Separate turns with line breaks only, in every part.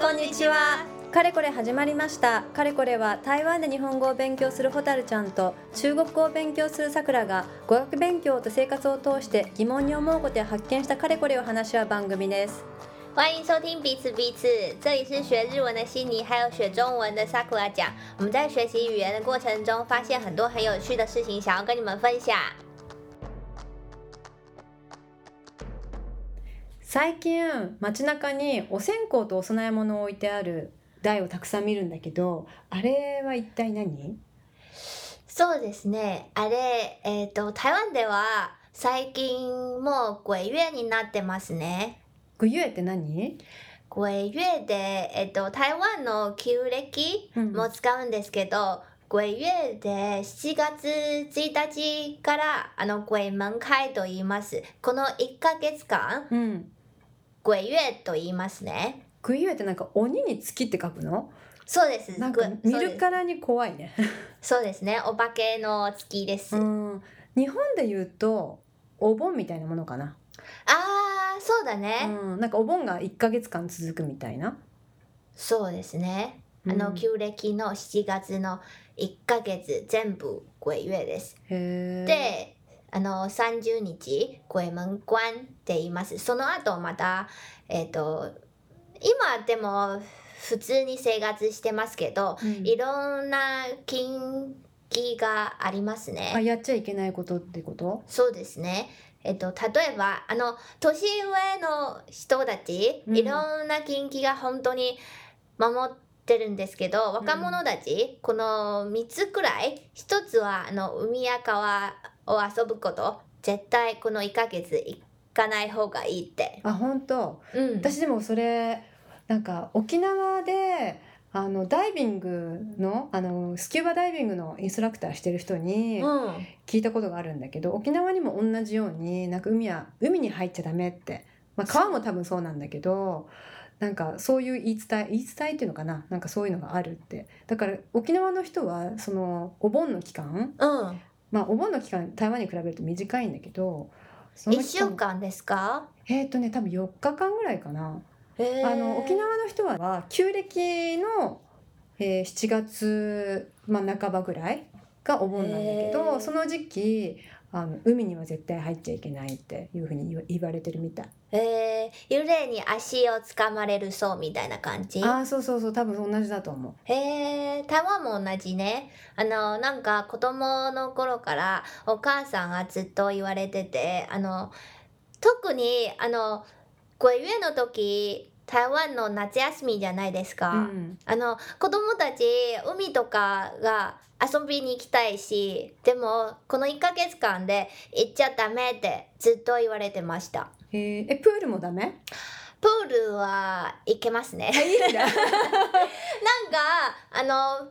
こんにちは。
かれこれ始まりましたかれこれは台湾で日本語を勉強するホタルちゃんと中国語を勉強するさくらが語学勉強と生活を通して疑問に思うことや発見したかれこれを話し合う番組です
欢迎收听彼此彼此，这里是学日文的悉尼，还有学中文的 Sakura 讲。我们在学习语言的过程中，发现很多很有趣的事情，想要跟你们分享。
最近街中にお線香とお供え物を置いてある台をたくさん見るんだけどあれは一体何
そうですね。あれ、えっ、と台湾では最近もう鬼月になってますね。
グユエって何
鬼月で、えっ、と台湾の旧暦
うん
も使うんですけど、鬼月で7月1日からあの鬼門開と言います。この1ヶ月間、
うん
鬼月と言いますね。
グユエってなんか鬼に月って書くの
そうです。
なんか
ぐ
見
そうで
る
す
からに怖いね
そうですね。お化けの月です。
う
あ
ん日本で言うとお盆みたいなものかな、
あー、そうだね。
うん、なんかお盆が1ヶ月間続くみたいな
そうですね。あ
う
の
ん
旧暦の7月の1ヶ月全部鬼月です。
へー
で、あの30日鬼門关って言います。その後またえっ、と今でも普通に生活してますけど、
うん
いろんな禁忌があります
あ
ね。
やっちゃいけないことってこと
そうですね。えっと、例えばあの年上の人たち、
うん
いろんな禁忌が本当に守ってるんですけど若者たち、この3つくらい1つはあの海や川を遊ぶこと絶対この1ヶ月行かない方がいいって。
あ本当
うん、
私でもそれなんか沖縄であのダイビングのあのスキューバダイビングのインストラクターしてる人に
うん、
聞いたことがあるんだけど、沖縄にも同じようになんか海は海に入っちゃダメって、まあ、川も多分そうなんだけどなんかそういう言い伝え言い伝えっていうのかななんかそういうのがあるってだから沖縄の人はそのお盆の期間
うん、
まあお盆の期間台湾に比べると短いんだけどその
1
期
週
間
間ですか、
えっ、とね多分4日間ぐらいかな。
へー
あの沖縄の人は旧暦の、えー7月、まあ、半ばぐらいがお盆なんだけ
へー
どその時期あの海には絶対入っちゃいけないっていうふうに言わ言われてるみたい
えー、幽霊に足を掴まれるそうみたいな感じ
ああそうそうそう多分同じだと思う
へえ、台湾も同じね。あの、なんか子供の頃からお母さんがずっと言われてて、あの、特に、あの、鬼月の時、台湾の夏休みじゃないですか。
うん
あの、子供たち、海とかが遊びに行きたいし、でも、この1ヶ月間で行っちゃダメってずっと言われてました。
えーえプールもダメ
プールは行けますね。
いいん だ
なんかあの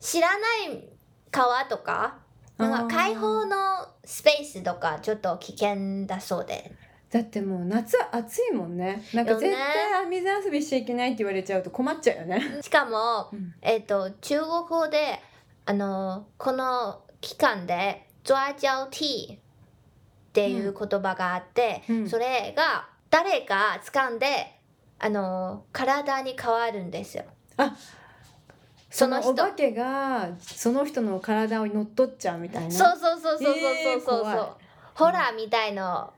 知らない川とかなんか開放のスペースとかちょっと危険だそうで
だってもう夏暑いもんねなんか
よね
絶対水遊びしちゃいけないって言われちゃうと困っちゃうよね、
しかも、
うん
えっと中国語であのこの期間で「ジョアジャオティー」っていう言葉があって、
うん
それが誰か掴んであの体に変わるんですよ。
あ
その人
お化けがその人の体を乗っ取っちゃうみたいな
そうそうそうそうそうそうそう
えー
そう
怖い
ホラーみたいの、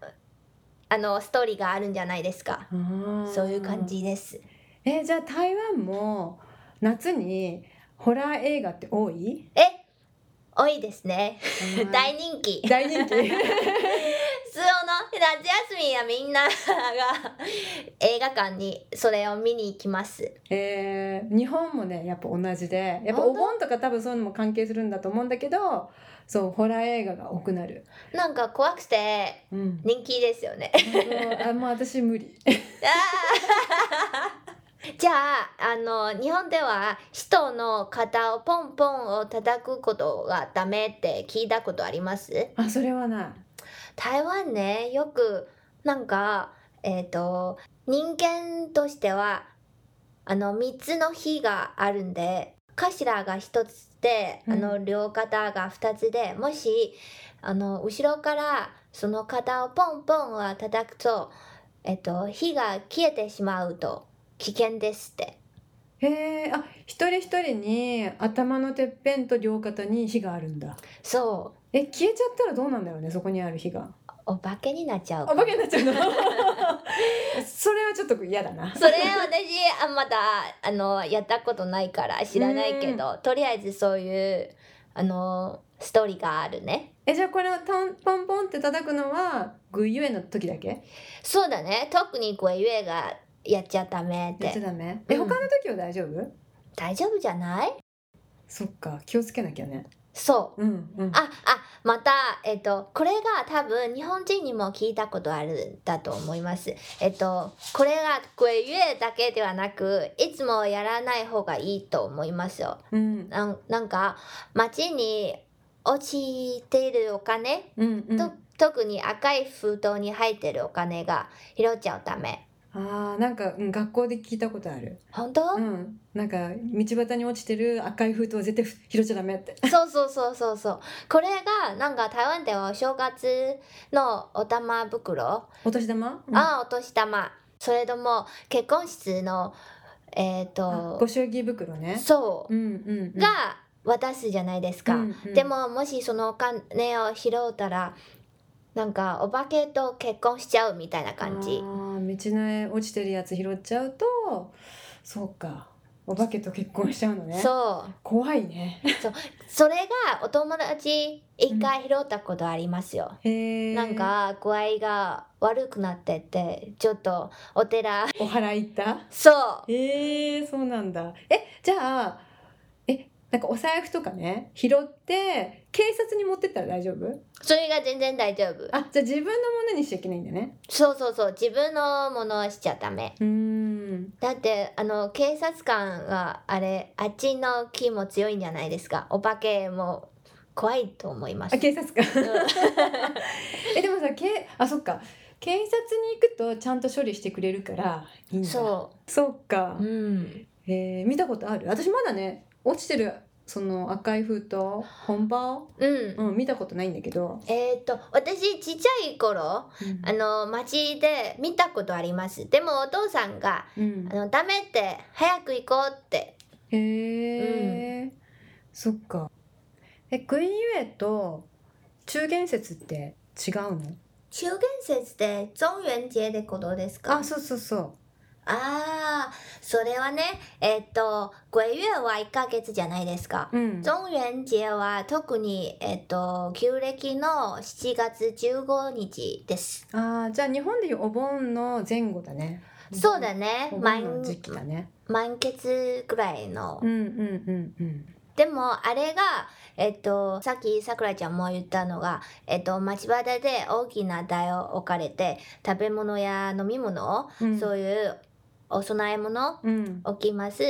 あのストーリーがあるんじゃないですか、
あー
そういう感じです
えじゃあ台湾も夏にホラー映画って多い
え多いですね 大人気 普通の
大人気
夏休みはみんなが映画館にそれを見に行きます
えー日本もねやっぱ同じでやっぱお盆とか多分そういうのも関係するんだと思うんだけどそうホラー映画が多くなる、
なんか怖くて
うん、
人気ですよね
あもう私無理
じゃああの日本では人の肩をポンポンを叩くことがダメって聞いたことあります
あそれはない
台湾ねよくなんかえっ、と人間としてはあの3つの日があるんで頭が1つであの両肩が2つで、もしあの後ろからその肩をポンポンは叩くと,、えっと火が消えてしまうと危険ですって
へえあ一人一人に頭のてっぺんと両肩に火があるんだ
そ
え消えちゃったらどうなんだろうねそこにある火が
うお化けになっちゃう
あ化けになっちゃ うのそれはちょっと嫌だな
それ私あまだあのやったことないから知らないけど、とりあえずそういうあのストーリーがあるね
えじゃあこれをトンポンポンって叩くのはグイゆえの時だけ
そうだね特にこうゆえがやっちゃダメっ
やっちゃ
て
ダメえ、
うん
他の時は大丈夫
大丈夫じゃない
そっか気をつけなきゃね
そう
うんうん
ああまたえっとこれが多分日本人にも聞いたことあるんだと思いますえっとこれがこれゆえだけではなくいつもやらない方がいいと思いますよ
うん
なんなんか街に落ちているお金、
うんうん
と特に赤い封筒に入ってるお金が拾っちゃうため
あーなんか、うん、学校で聞いたことある、
本当、
うん、なんか道端に落ちてる赤い封筒は絶対ふ拾っちゃダメ って
そうそうそうそうそうこれがなんか台湾ではお正月のお玉袋、
お年玉、うん、
あお年玉それとも結婚式のえ
あ
っ、と
ご祝儀袋ね
そう
う、んうんうん、
が渡すじゃないですか、
うんうん
でももしそのお金を拾ったらなんかお化けと結婚しちゃうみたいな感じ
あー道の落ちてるやつ拾っちゃうとそうかお化けと結婚しちゃうのね
そう
怖いね
それがお友達一回拾ったことありますよ、
へー
なんか具合が悪くなっててちょっとお寺
お祓い行った
そう
えー、そうなんだ。え、じゃあ、え、なんかお財布とかね、拾って、警察に持ってったら大丈夫
それが全然大丈夫
あ、じゃあ自分のものにしちゃいけないんだね。
そうそうそう自分のものをしちゃダメ
うーん。
だってあの警察官があれあっちの木も強いんじゃないですかお化けも怖いと思います
あ、警察官。
うん
え、でもさ、けあ、そっか。警察に行くとちゃんと処理してくれるからいいんだ。。
そう
そっか
う、うん、
えー見たことある私まだね、落ちてる、その赤い封筒、本場
うん、
うん、見たことないんだけど。
えっ、と私ちっちゃい頃あの街で見たことありますでもお父さんが
うん
あのダメって早く行こうって
へえ、そっかえグイユエと中元節って違うの
中元節って中元節でことですか
あそうそうそ
あーそれはねえっと鬼月は1ヶ月じゃないですか
ううん
中元節は特にえっと旧暦の7月15日です
あーじゃあ日本でいうお盆の前後だね
そうだね
お
満
盆の時期だね
満月ぐらいの
うんうんうんうん
でもあれが、えっと、さっきさくらちゃんも言ったのが、えっと、町端で大きな台を置かれて食べ物や飲み物、
うん
そういうお供え物
うん
置きます。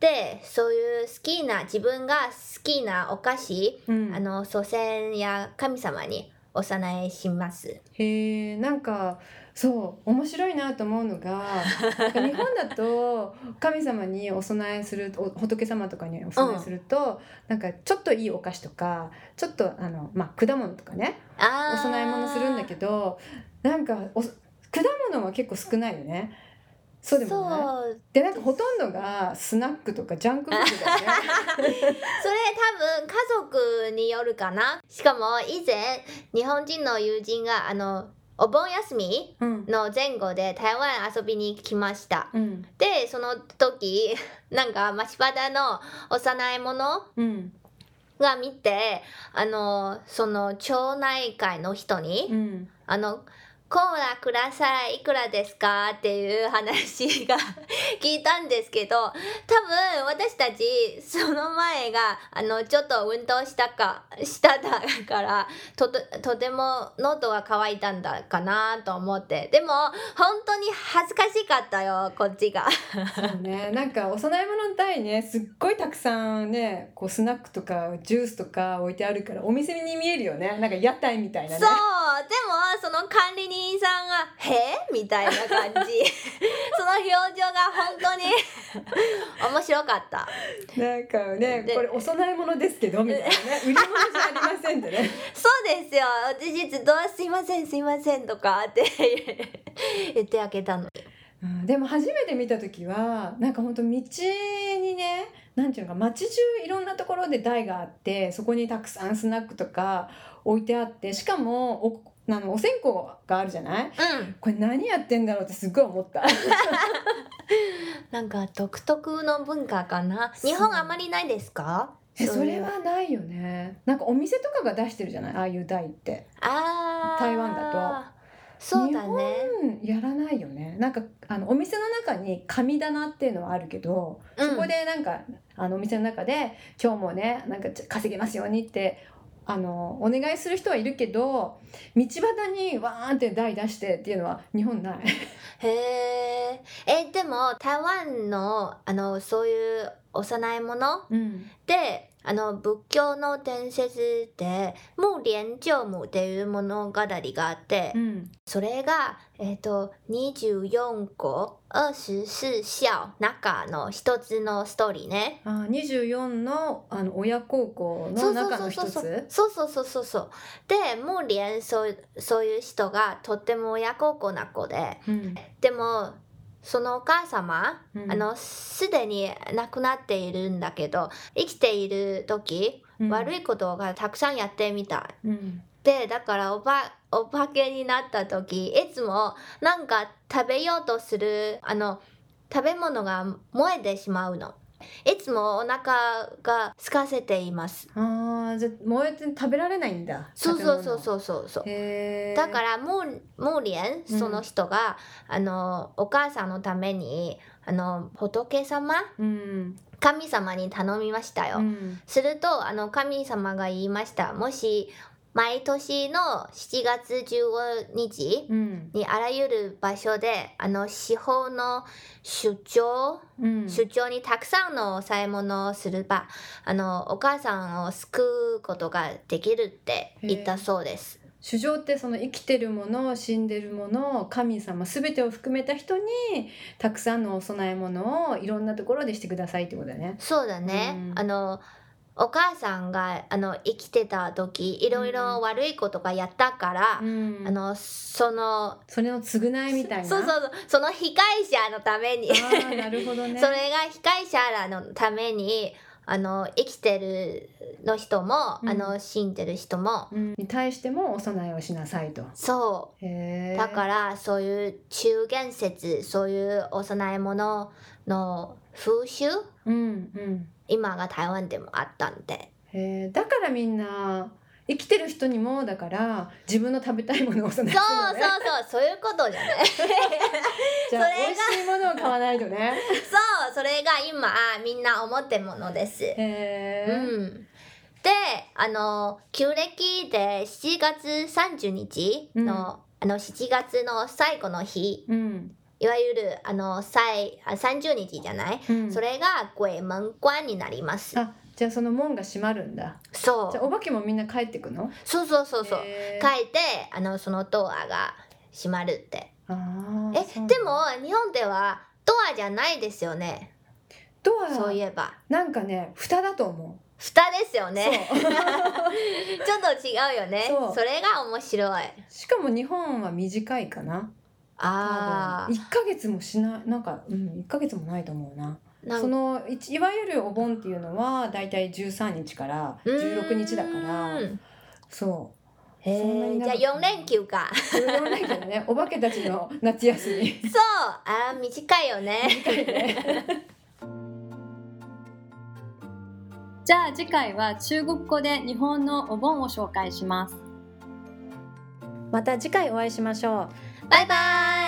でそういう好きな自分が好きなお菓子、
うん
あの祖先や神様にお供えします。
へえなんかそう面白いなと思うのがなんか日本だと神様にお供えするお仏様とかにお供えすると、なんかちょっといいお菓子とかちょっとあの、まあ、果物とかね
あ
お
ー
供え物するんだけどなんかお果物は結構少ないよね。そうでもない
そう
でなんかほとんどがスナックとかジャンクフードだよ ね。
それ多分家族によるかなしかも以前日本人の友人があのお盆休み
うん
の前後で台湾遊びに来ました
うん
でその時 なんかマシパダのお供え物
うん
が見てあのその町内会の人に、
うん
あのコーラくださいいくらですかっていう話が 聞いたんですけど多分私たちその前があのちょっと運動したかしただからとてとても喉が渇いたんだかなと思ってでも本当に恥ずかしかったよこっちが
そうね、なんかお供え物の台ねすっごいたくさんねこうスナックとかジュースとか置いてあるからお店に見えるよねなんか屋台みたいな
そう
ね
でもその管理人さんが「へえ?」みたいな感じその表情が本当に 面白かった。
なんかね
で
これお供え物ですけどみたい なね売り物じゃありませんってね
そうですよ私ずっと「すいませんすいません」とかって 言ってあげたの
うんでも初めて見た時はなんかほんと道ねなんていうのか街中いろんなところで台があってそこにたくさんスナックとか置いてあってしかもおあのお線香があるじゃない
うん
これ何やってんだろうってすごい思った
なんか独特の文化かな
そう
日本あまりないですか
え
そう
それはないよねなんかお店とかが出してるじゃないああいう台って
あー
台湾だ
そうだね
うんやらないよねなんかあのお店の中に神棚っていうのはあるけど
うん
そこでなんかあのお店の中で今日もねなんかちょ稼げますようにってあのお願いする人はいるけど道端にわーんって台出してっていうのは日本ない。
へええでも台湾のあのそういうお供え物
うん、
であの仏教の伝説で木蓮教母っていう物語があって、
ん、
それが、えっと24個24孝中の一つのストーリーね。
あー24のあの親孝行
そ
の
うそう
中
そ
の
う
一
そう
つ。
そうそうそうそうそうでもう連そうそういう人がとっても親孝行な子で
うん
でもそのお母様、
うん
あのすでに亡くなっているんだけど生きている時、
うん
悪いことがたくさんやってみたい
うん
でだからおばお化けになった時いつもなんか食べようとするあの食べ物が燃えてしまうのいつもお腹が空かせています
あーじゃあ燃えて食べられないんだ
そうそうそうそううそうそう
へえ
だからもうもうりえ
う
ん
ん
その人が、あのお母さんのためにあの仏様
うん、
神様に頼みましたよ、
うん
するとあの神様が言いましたもし毎年の7月15日、
うん
にあらゆる場所であの司法の主張、
うん、
主張にたくさんの抑え物をすればあのお母さんを救うことができるって言ったそうです。
主情ってその生きてるもの死んでるもの神様全てを含めた人にたくさんのお供え物をいろんなところでしてくださいってことだね。
そうだね、
うん
あのお母さんがあの生きてた時いろいろ悪いことがやったから、
うん、
あのその
それの償いみたいな。
そうそうそうその被害者のために
あーなるほどね。
それが被害者らのためにあの生きてるの人も、
うん
あの死んでる人も
うんに対してもお供えをしなさいと。
そ
へ
う
え。
だからそういう中元節そういうお供え物の風習
うんうん。
今が台湾でもあったん で
へえ。だからみんな生きてる人にもだから自分の食べたいものをお供えする
そうそ
の
う
ね。
そうそういうことじゃない
じゃあ
それが
美味しいものを買わないと ね。
そうそれが今みんな思ってるものです
へえ。
うんであの旧暦で7月30日の、
うん
あの7月の最後の日
うん。
いわゆるあの最あ30日じゃない、
うん
それが鬼門关になります
あじゃあその門が閉まるんだ
そ
じゃあ
う
お化けもみんな帰ってくの
そうそうそうそう
へー
書いてあのそのドアが閉まるって
あー
え
そう
でも日本ではドアじゃないですよね
ド
そうい
ア
えば
なんかね蓋だと思
蓋ですよ
う
ね ちょっと違うよね
そう
それが面白い
そう しかも日本は短いかな
あ
多分1ヶ月もしないなんかうん1ヶ月もないと思うな
あなん
そのいちいわゆるお盆っていうのはだいたい13日から16日だから
うん
そう
へ
そんなに
ーじゃ
長く
あ4連休 か
それでもないけどねお化けたちの夏休み
そうあー短いよね
じゃあ次回は中国語で日本のお盆を紹介します。
また次回お会いしましょう
バイバイ